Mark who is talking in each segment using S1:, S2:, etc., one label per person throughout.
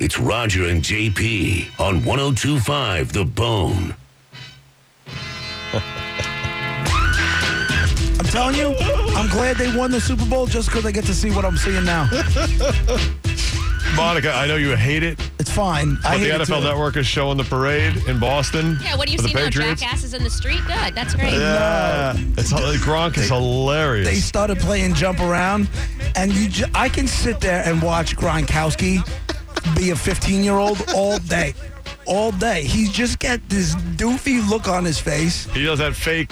S1: It's Roger and JP on 1025 The Bone.
S2: I'm telling you, I'm glad they won the Super Bowl just because I get to see what I'm seeing now.
S3: Monica, I know you hate it,
S2: It's fine. I
S3: but the
S2: hate it
S3: NFL
S2: too.
S3: Network is showing the parade in Boston.
S4: Yeah, what do you
S3: for
S4: see
S3: the
S4: now?
S3: Patriots.
S4: Jackasses in the street? Good. That's great.
S3: Yeah, it's Gronk is hilarious.
S2: They started playing jump around, and you, ju- I can sit there and watch Gronkowski be a 15 year old all day, all day. He's just got this doofy look on his face.
S3: he does that fake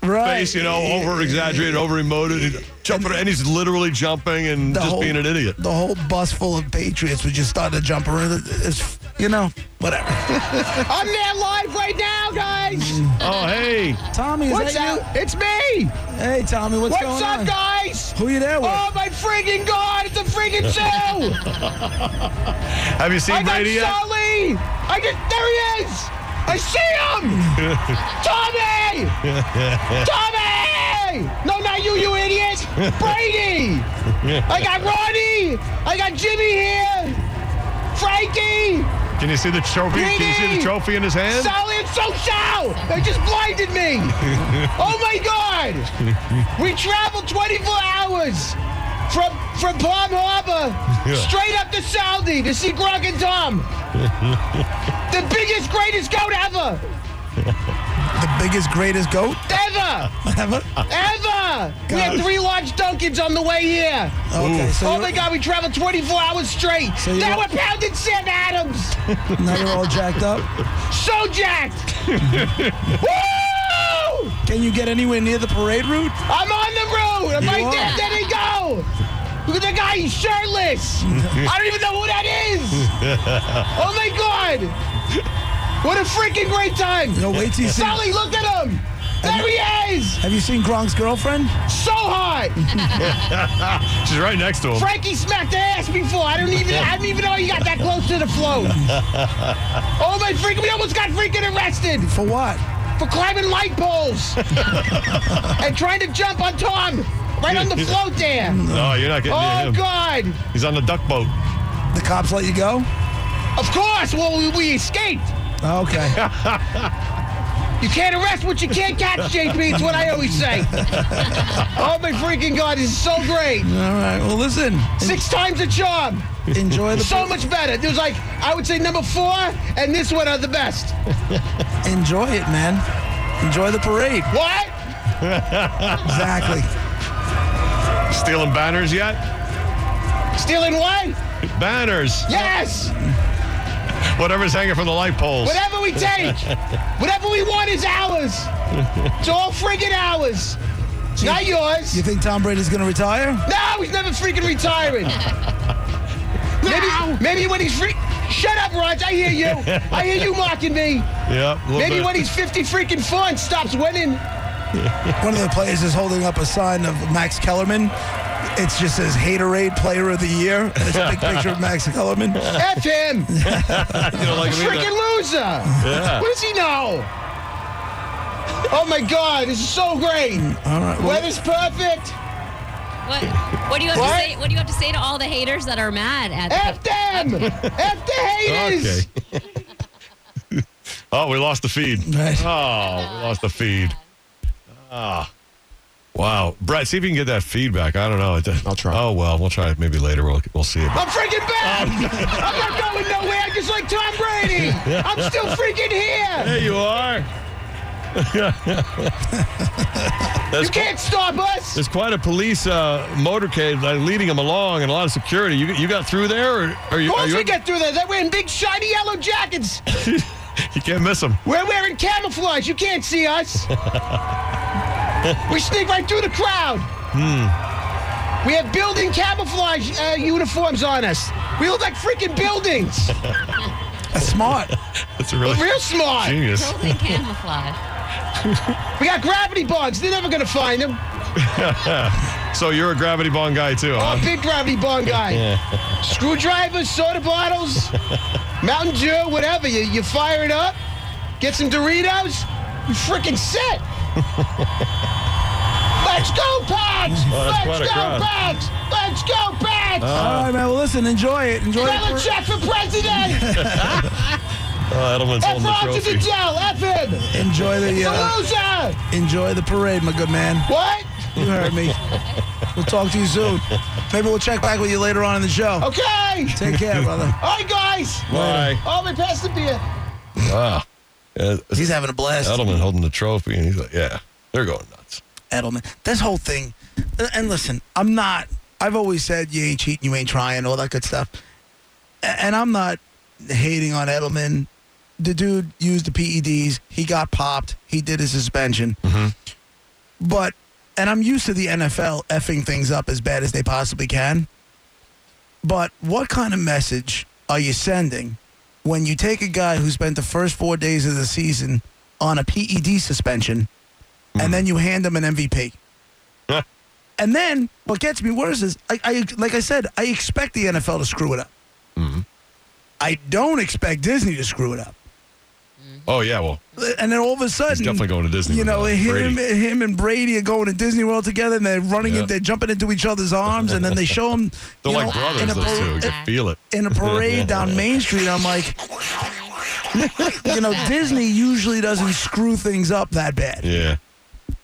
S2: Right.
S3: face, you know, over exaggerated, over emoted, jumping, and he's literally jumping and
S2: The
S3: just
S2: whole-
S3: being an idiot.
S2: The whole bus full of Patriots was just starting to jump around. It's, you know, whatever.
S5: I'm there live right now, guys.
S3: Oh, hey,
S2: Tommy, is
S5: What's
S2: that
S5: up? It's me.
S2: you? Hey, Tommy, what's,
S5: What's
S2: going
S5: up,
S2: on?
S5: guys?
S2: Who you there with?
S5: Oh my freaking god! It's a freaking zoo.
S3: have you
S5: I
S3: seen
S5: got
S3: Brady yet?
S5: Sully. I just there he is. I see him. Tommy. Tommy. No, not you, you idiot. Brady. I got Ronnie. I got Jimmy here. Frankie.
S3: Can you see the trophy? Can you see the
S5: Brady!
S3: trophy in his hand?
S5: Sally, I'm so show! They just blinded me! oh my god! We traveled 24 hours from from Palm Harbor straight up to Saudi to see Gronk and Tom. the biggest, greatest goat ever!
S2: the biggest, greatest goat
S5: Ever!
S2: ever.
S5: Ever! We had three large Dunkins on the way here.
S2: Okay, so
S5: oh
S2: you're-
S5: my god, we traveled 24 hours straight.
S2: So you-
S5: now we're pounding Sam Adams!
S2: now you're all jacked up.
S5: So jacked! Woo!
S2: Can you get anywhere near the parade route?
S5: I'm on the road. I'm
S2: You
S5: right
S2: are.
S5: there. There they go. Look at the guy. He's shirtless. I don't even know who that is. oh my god. What a freaking great time.
S2: No, wait till you see.
S5: Sully, look at him. There he is.
S2: Have you seen Gronk's girlfriend?
S5: So hot.
S3: She's right next to him.
S5: Frankie smacked the ass before. I don't even. I don't even know he got that close to the float. oh my freaking! We almost got freaking arrested
S2: For what?
S5: for climbing light poles and trying to jump on Tom right on the float there.
S3: No, you're not getting near
S5: Oh
S3: him.
S5: god.
S3: He's on the duck boat.
S2: The cops let you go?
S5: Of course. Well, we, we escaped.
S2: Okay.
S5: You can't arrest what you can't catch, JP. It's what I always say. oh my freaking god, this is so great.
S2: All right. Well, listen. en-
S5: Six times a charm.
S2: Enjoy the
S5: So much better. There's like I would say number four and this one are the best.
S2: enjoy it, man. Enjoy the parade.
S5: What?
S2: Exactly.
S3: Stealing banners yet?
S5: Stealing what?
S3: Banners.
S5: Yes.
S3: Whatever's hanging from the light poles.
S5: Whatever we take, whatever we want is ours. It's all freaking ours. It's not yours.
S2: You think Tom Brady's going to retire?
S5: No, he's never freaking retiring. maybe, maybe when he's free. Shut up, Raj. I hear you. I hear you mocking me.
S3: Yeah. a little
S5: Maybe
S3: bit.
S5: when he's 50 freaking four and stops winning.
S2: One of the players is holding up a sign of Max Kellerman. It just says Haterade Player of the Year. And it's a big picture of Max Kellerman.
S5: F him.
S3: Oh, You don't like me either.
S5: Freaking loser. What does he know? Oh my God, this is so great.
S2: All right. Well,
S5: Weather's perfect.
S4: What, what do you have
S5: What?
S4: to say? What do you have to say to all the haters that are mad at?
S2: Eh.
S5: F them. F the haters.
S3: Okay. oh, we lost the feed.
S2: Right.
S3: Oh, we lost the feed. Ah. Wow. Brett, see if you can get that feedback. I don't know. It-
S6: I'll try.
S3: Oh, well, we'll try it maybe later. We'll, we'll see it.
S5: I'm freaking back. I'm not going nowhere just like Tom Brady. I'm still freaking here.
S3: There you are.
S5: You can't stop us.
S3: There's quite a police uh, motorcade like, leading him along and a lot of security. You, you got through there? Or, or you,
S5: Of
S3: are
S5: course
S3: you,
S5: we get through there. They're wearing big shiny yellow jackets.
S3: you can't miss him.
S5: We're wearing camouflage. You can't see us. we sneak right through the crowd.
S3: Hmm.
S5: We have building camouflage uh, uniforms on us. We look like freaking buildings.
S2: that's smart.
S3: That's a really
S5: Real smart.
S3: genius.
S4: Building camouflage.
S5: We got gravity bonds. They're never gonna find them.
S3: So you're a gravity bond guy, too,
S5: Oh,
S3: huh?
S5: big gravity bond guy. Screwdrivers, soda bottles, Mountain Dew, whatever. You, you fire it up, get some Doritos, you freaking set. Let's go, Pops!
S3: Oh, that's quite a
S5: Let's go,
S3: crowd. Uh,
S5: Pops! Let's go, Pops! Jets!
S2: All right, man. Well, listen, enjoy it. Enjoy it.
S5: Belichick for president!
S3: Oh, Edelman's
S5: F
S3: holding the
S5: Rob to the
S3: trophy.
S5: gel! F him!
S2: For, enjoy the
S5: The
S2: uh,
S5: loser!
S2: enjoy the parade, my good man.
S5: What?
S2: You heard me. We'll talk to you soon. Maybe we'll check back with you later on in the show.
S5: Okay!
S2: Take care, brother.
S5: All right, guys!
S3: Why?
S5: Oh, we passed the beer.
S3: Uh,
S2: He's having a blast.
S3: Edelman holding the trophy, and he's like, "Yeah, they're going nuts."
S2: Edelman. This whole thing, and- and listen, I'm not. I've always said you ain't cheating, you ain't trying, all that good stuff. A- And I'm not hating on Edelman. The dude used the PEDs. He got popped. He did his suspension. But, and I'm used to the NFL effing things up as bad as they possibly can. But what kind of message are you sending when you take a guy who spent the first four days of the season on a PED suspension and
S3: Mm.
S2: then you hand him an MVP? and then what gets me worse is, I, I, like I said, I expect the NFL to screw it up.
S3: Mm-hmm.
S2: I don't expect Disney to screw it up.
S3: Oh yeah, well,
S2: And then all of a sudden,
S3: definitely going to Disney
S2: You
S3: with
S2: know,
S3: Brady.
S2: him, him and Brady are going to Disney World together, and they're running,
S3: Yeah.
S2: it, they're jumping into each other's arms, and then they show them.
S3: they're like
S2: in
S3: brothers.
S2: a
S3: Those
S2: par-
S3: two, you
S4: uh,
S3: feel it.
S2: in a parade down Main Street. I'm like, you know, Disney usually doesn't screw things up that bad.
S3: Yeah.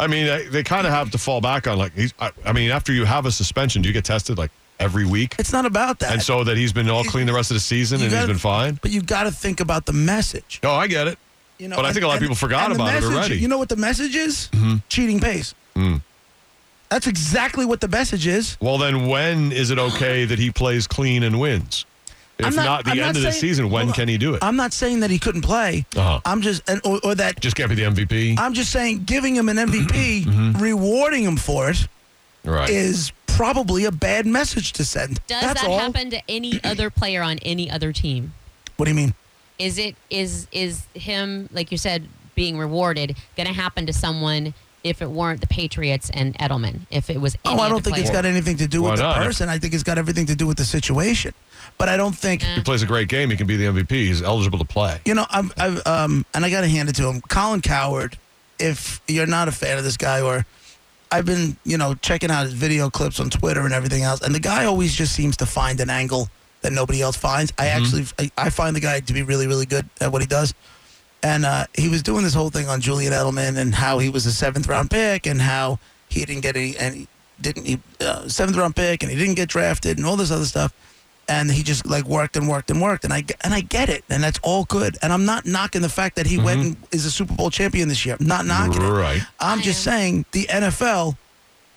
S3: I mean, I, they kind of have to fall back on like he's. I, I mean, after you have a suspension, do you get tested like every week?
S2: It's not about that.
S3: And so that he's been all clean the rest of the season,
S2: You
S3: and he's
S2: gotta-
S3: been fine.
S2: But you got to think about the message.
S3: No, I get it.
S2: You know,
S3: But I think a lot of people forgot
S2: and the
S3: about it
S2: message-
S3: already. Mm-hmm. Mm.
S2: You know what the message is? Cheating pays. That's exactly what the message is.
S3: Well, then when is it okay that he plays clean and wins? If
S2: I'm
S3: not, the
S2: I'm
S3: end of the
S2: saying-
S3: season, when
S2: hold on.
S3: can he do it?
S2: I'm not saying that he couldn't play.
S3: Uh-huh.
S2: I'm just and or, or that
S3: Just can't be the MVP,
S2: I'm just saying giving him an MVP,
S3: Mm-hmm.
S2: rewarding him for it,
S3: right?
S2: is probably a bad message to send.
S4: Does
S2: That's
S4: that
S2: all.
S4: happen to any other player on any other team?
S2: What do you mean?
S4: Is it is is him like you said being rewarded going to happen to someone if it weren't the Patriots and Edelman? If it was any
S2: Oh, I
S4: other
S2: don't think it's
S4: player?
S2: got anything to do
S3: Why
S2: with the
S3: not?
S2: person. I think it's got everything to do with the situation. But I don't think
S3: he plays a great game. He can be the MVP. He's eligible to play.
S2: you know. I've, I've um, and I got to hand it to him, Colin Coward. If you're not a fan of this guy, or I've been you know checking out his video clips on Twitter and everything else, and the guy always just seems to find an angle that nobody else finds. I actually I, I find the guy to be really really good at what he does. And uh, he was doing this whole thing on Julian Edelman and how he was a seventh round pick and how he didn't get any and he didn't he uh, seventh round pick and he didn't get drafted and all this other stuff. And he just like worked and worked and worked and I g- and I get it and that's all good and I'm not knocking the fact that he went and is a Super Bowl champion this year. I'm not knocking it.
S3: Right.
S2: I'm just saying the NFL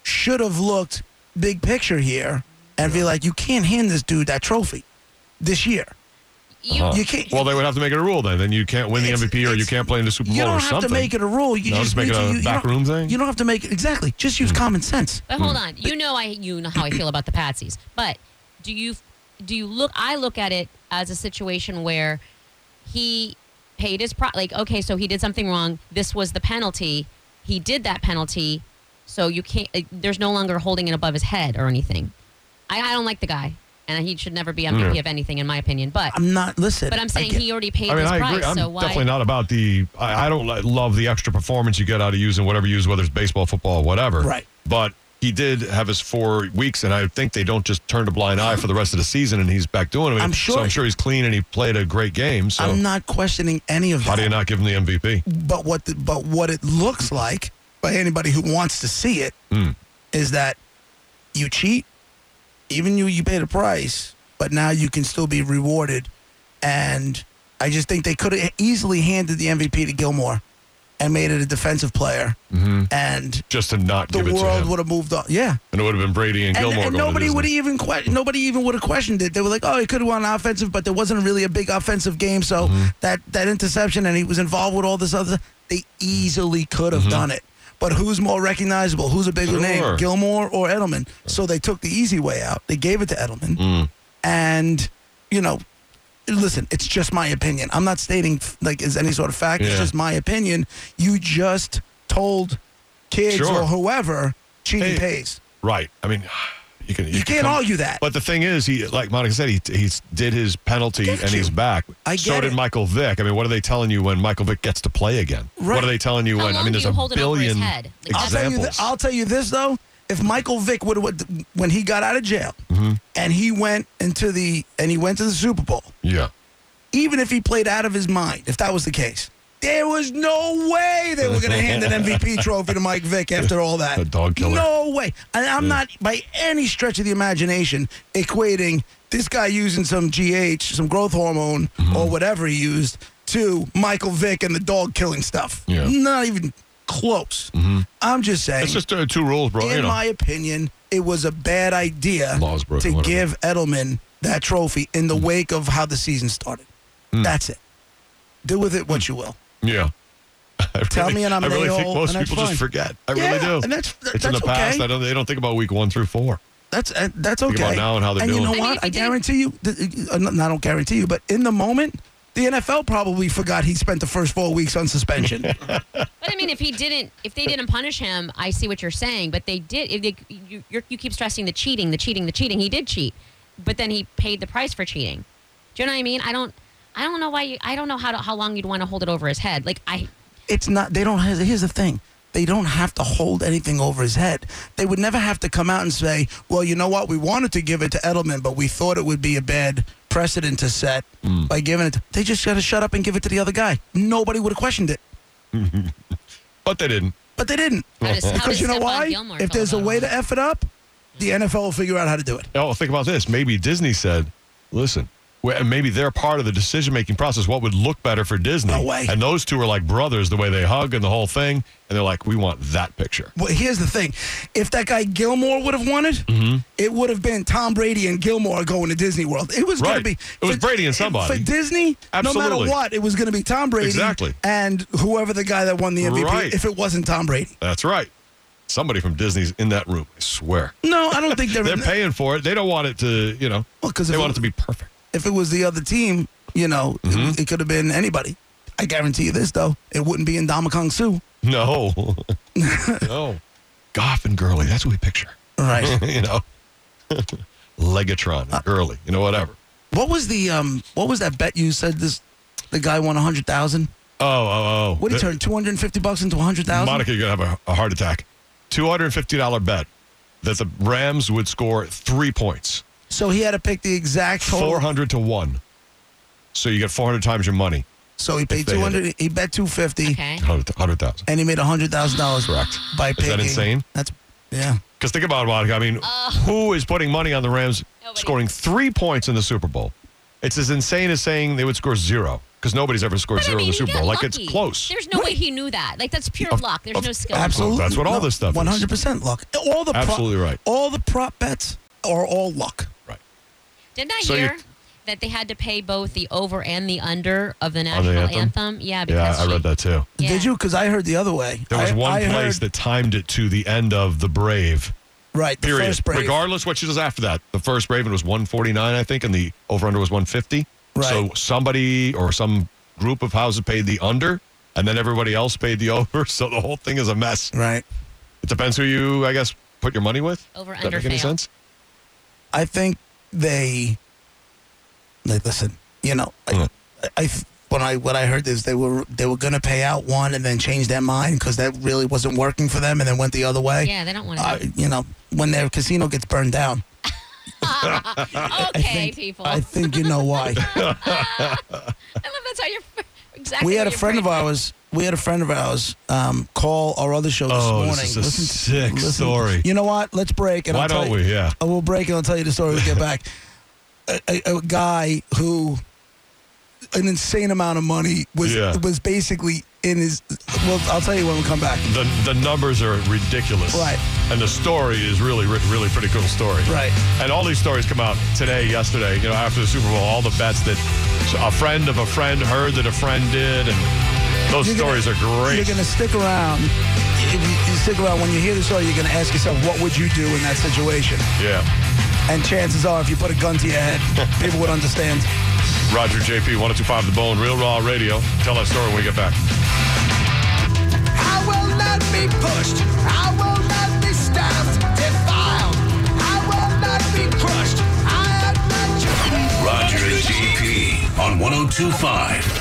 S2: should have looked big picture here and be like, you can't hand this dude that trophy this year.
S4: You-
S3: Uh-huh.
S2: You can't.
S3: Well, they would have to make it a rule then. Then you can't win the
S2: It's-
S3: MVP or you
S2: it's-
S3: can't play in the Super Bowl
S2: you don't
S3: or
S2: have
S3: something.
S2: to make it a rule. You
S3: No,
S2: just,
S3: just make
S2: need
S3: it
S2: to-
S3: a
S2: you- you
S3: back
S2: don't-
S3: room thing? Hmm.
S2: You don't have to make exactly. Just use common sense.
S4: But hold on, you know I you know how I feel about the Patsies, but do you do you look? I look at it as a situation where he paid his pro. Like okay, so he did something wrong. This was the penalty. He did that penalty, so you can't. uh, There's no longer holding it above his head or anything. I, I don't like the guy, and he should never be MVP of anything, in my opinion. But
S2: I'm not. Listen.
S4: but I'm
S2: I
S4: saying
S2: get-
S4: he already paid
S3: I mean,
S4: his
S3: I
S4: price.
S3: agree. I'm
S4: so why?
S3: definitely not about the. I, I don't li- love the extra performance you get out of using whatever you use, whether it's baseball, football, whatever.
S2: Right.
S3: But he did have his four weeks, and I think they don't just turn a blind eye for the rest of the season, and he's back doing it.
S2: I'm
S3: So
S2: sure.
S3: I'm sure he's clean, and he played a great game. So
S2: I'm not questioning any of that.
S3: how do you not give him the MVP?
S2: but what the, but what it looks like by anybody who wants to see it is
S3: Hmm.
S2: that you cheat, even you you paid a price, but now you can still be rewarded. And I just think they could have easily handed the MVP to Gilmore and made it a defensive player, and
S3: Just to not
S2: the
S3: Mm-hmm. give it to
S2: world
S3: him,
S2: would have moved on. Yeah.
S3: and it would have been Brady and,
S2: And,
S3: Gilmore.
S2: and
S3: going to
S2: nobody
S3: Disney.
S2: would even que- nobody even would have questioned it. They were like, "Oh, he could have won offensive, but there wasn't really a big offensive game, so
S3: Mm-hmm.
S2: that that interception and he was involved with all this other. They easily could have done it, but who's more recognizable? Who's a bigger
S3: Mm-hmm. Sure.
S2: name, Gilmore or Edelman? So they took the easy way out. They gave it to Edelman,
S3: Mm.
S2: and you know, listen, it's just my opinion. I'm not stating like as any sort of fact.
S3: Yeah.
S2: It's just my opinion. You just told kids
S3: Sure.
S2: or whoever cheating
S3: Hey.
S2: pays.
S3: Right. I mean, you can.
S2: e- You can't
S3: come-
S2: argue that.
S3: But the thing is, he like Monica said, he he's did his penalty and he's
S2: you.
S3: back.
S2: I
S3: so
S2: get
S3: did
S2: it.
S3: Michael Vick. I mean, what are they telling you when Michael Vick gets to play again? What
S2: Right.
S3: are they telling you
S4: How
S3: when? I
S4: long
S3: mean,
S4: do
S3: there's
S4: you
S3: a
S4: hold it over his
S3: billion
S4: head? Like,
S2: I'll tell, you
S3: examples. Mm-hmm.
S2: th- I'll tell you this though: if Michael Vick would, would when he got out of jail and he went into the and he went to the Super Bowl.
S3: Yeah.
S2: Even if he played out of his mind, if that was the case, there was no way they were going to hand an MVP trophy to Mike Vick after all that.
S3: The dog killer.
S2: No way. And I'm not by any stretch of the imagination equating this guy using some GH, some growth hormone
S3: Mm-hmm.
S2: or whatever he used to Michael Vick and the dog killing stuff.
S3: Yeah.
S2: Not even close. I'm just saying
S3: It's just uh, two rules, bro. you
S2: in
S3: know.
S2: my opinion, it was a bad idea
S3: Laws broken,
S2: to
S3: whatever. Mm.
S2: give Edelman that trophy in the wake of how the season started. That's it. Do with it what you will.
S3: yeah. I
S2: Tell
S3: really-
S2: me and I'm
S3: I
S2: an
S3: really think
S2: a-hole,
S3: most
S2: and that's
S3: people
S2: fine.
S3: just forget. I
S2: Yeah,
S3: really do.
S2: and that's-
S3: it's in the
S2: that's
S3: past.
S2: okay.
S3: I don't. They don't think about week one through four.
S2: That's uh, that's okay.
S3: Think about now and how they're
S2: you
S3: doing.
S2: know
S3: I
S4: mean, if
S2: what? I
S4: you did-
S2: guarantee you. th- uh, no, I don't guarantee you, but in the moment, the NFL probably forgot he spent the first four weeks on suspension.
S4: But I mean, if he didn't, if they didn't punish him, I see what you're saying. But they did. If they, you, you're, you keep stressing the cheating, the cheating, the cheating. He did cheat, but then he paid the price for cheating. Do you know what I mean? I don't. I don't know why. You, I don't know how to, how long you'd want to hold it over his head. Like I.
S2: it's not they don't here's the thing they don't have to hold anything over his head they would never have to come out and say well you know what we wanted to give it to edelman but we thought it would be a bad precedent to set by giving it to, they just got to shut up and give it to the other guy nobody would have questioned it
S3: But they didn't.
S2: but they didn't
S4: How does, how
S2: because
S4: does
S2: you know
S4: Stephon
S2: why
S4: Gilmore
S2: if
S4: feel
S2: there's a
S4: about
S2: way
S4: all
S2: to
S4: that?
S2: f it up the nfl will figure out how to do it
S3: Oh, think about this. Maybe Disney said, "Listen." we- and Maybe they're part of the decision-making process. What would look better for Disney?
S2: No way.
S3: And those two are like brothers, the way they hug and the whole thing. And they're like, "We want that picture."
S2: well, here's the thing. If that guy Gilmore would have won it,
S3: Mm-hmm.
S2: it would have been Tom Brady and Gilmore going to Disney World. It was going
S3: Right.
S2: to be.
S3: It was Brady and somebody.
S2: For Disney, no
S3: Absolutely.
S2: matter what, it was going to be Tom Brady
S3: Exactly.
S2: and whoever the guy that won the MVP,
S3: Right.
S2: if it wasn't Tom Brady.
S3: That's right. Somebody from Disney's in that room. I swear.
S2: No, I don't think they're.
S3: They're paying for it. They don't want it to, you know.
S2: Well, 'cause
S3: they
S2: if
S3: want
S2: it-
S3: it to be perfect.
S2: if it was the other team, you know, it-
S3: Mm-hmm.
S2: it, could have been anybody. I guarantee you this, though. It wouldn't be in Kong Su.
S3: No, no, Goff and Gurley. That's what we picture.
S2: Right.
S3: you know, Legatron
S2: Uh,
S3: and Gurley. You know, whatever.
S2: what was the um? What was that bet you said this? The guy won a hundred thousand.
S3: Oh, oh, oh.
S2: What did he
S3: The-
S2: turn two hundred and fifty bucks into a hundred thousand?
S3: Monica, you're gonna have a, a heart attack. Two hundred and fifty dollar bet that the Rams would score three points.
S2: So he had to pick the exact total.
S3: Four hundred to one. So you get four hundred times your money.
S2: So he paid
S3: they hit
S2: two hundred. He bet two fifty,
S4: Okay.
S3: Hundred thousand.
S2: and he made hundred thousand dollars.
S3: Correct.
S2: By
S3: Is that
S2: picking.
S3: insane?
S2: That's yeah.
S3: Because think about it, Monica. I mean, who is putting money on the Rams
S4: Uh. Nobody.
S3: scoring three points in the Super Bowl? It's as insane as saying they would score zero because nobody's ever scored
S4: But I
S3: zero
S4: mean,
S3: in the
S4: he
S3: Super
S4: got
S3: Bowl. Like it's
S4: lucky.
S3: close.
S4: There's no way he knew that. Like that's pure luck. There's no skill.
S2: Absolutely.
S3: That's what all this stuff is.
S2: One hundred percent luck. All the
S3: Absolutely
S2: prop,
S3: right.
S2: All the prop bets are all luck.
S3: Right.
S4: Didn't I
S3: So
S4: hear
S3: you-
S4: that they had to pay both the over and the under of the
S3: the
S4: national
S3: anthem?
S4: anthem? Yeah,
S3: Yeah,
S4: because
S3: I
S4: she-
S3: read that too.
S4: Yeah.
S2: Did you? Because I heard the other way.
S3: There was
S2: I-
S3: one
S2: I
S3: place
S2: heard-
S3: that timed it to the end of the Brave.
S2: right. The
S3: Period.
S2: first break.
S3: Regardless what she does after that, the first Raven was 149, I think, and the over under was 150.
S2: Right.
S3: So somebody or some group of houses paid the under, and then everybody else paid the over. So the whole thing is a mess.
S2: right.
S3: It depends who you, I guess, put your money with.
S4: Over,
S3: Does that
S4: under,
S3: make any
S4: fail.
S3: sense?
S2: I think they. Like, listen, you know, I,
S3: Mm.
S2: I- I when I when I heard this, they were they were gonna pay out one and then change their mind because that really wasn't working for them, and then went the other way.
S4: Yeah, they don't want to.
S2: uh, you know, when their casino gets burned down.
S4: okay, people. I,
S2: I think you know why.
S4: love that's how you're exactly.
S2: we
S4: what
S2: had a
S4: your
S2: friend of
S4: brain-
S2: ours. We had a friend of ours um, call our other show this
S3: Oh,
S2: morning.
S3: this is a sick
S2: to-
S3: story.
S2: You know what? Let's break. And
S3: Why
S2: I'll tell
S3: don't
S2: you-
S3: we? Yeah.
S2: Uh, We'll break and I'll tell you the story. when We get back. A, a, a guy who an insane amount of money was
S3: Yeah.
S2: was basically in his. Well, I'll tell you when we come back.
S3: The, the numbers are ridiculous.
S2: Right.
S3: And the story is really, re- really pretty cool story.
S2: Right.
S3: And all these stories come out today, yesterday, you know, after the Super Bowl, all the bets that a friend of a friend heard that a friend did. And those
S2: You're gonna-
S3: stories are great.
S2: You're going to stick around. If you, you stick around when you hear the story, you're going to ask yourself, what would you do in that situation?
S3: yeah.
S2: And chances are, if you put a gun to your head, people would understand.
S3: Roger JP, 1025 The Bone, Real Raw Radio. Tell that story when we get back.
S6: I will not be pushed. I will not be stopped, defiled. I will not be crushed. I am not your
S1: oh Roger and JP on 1025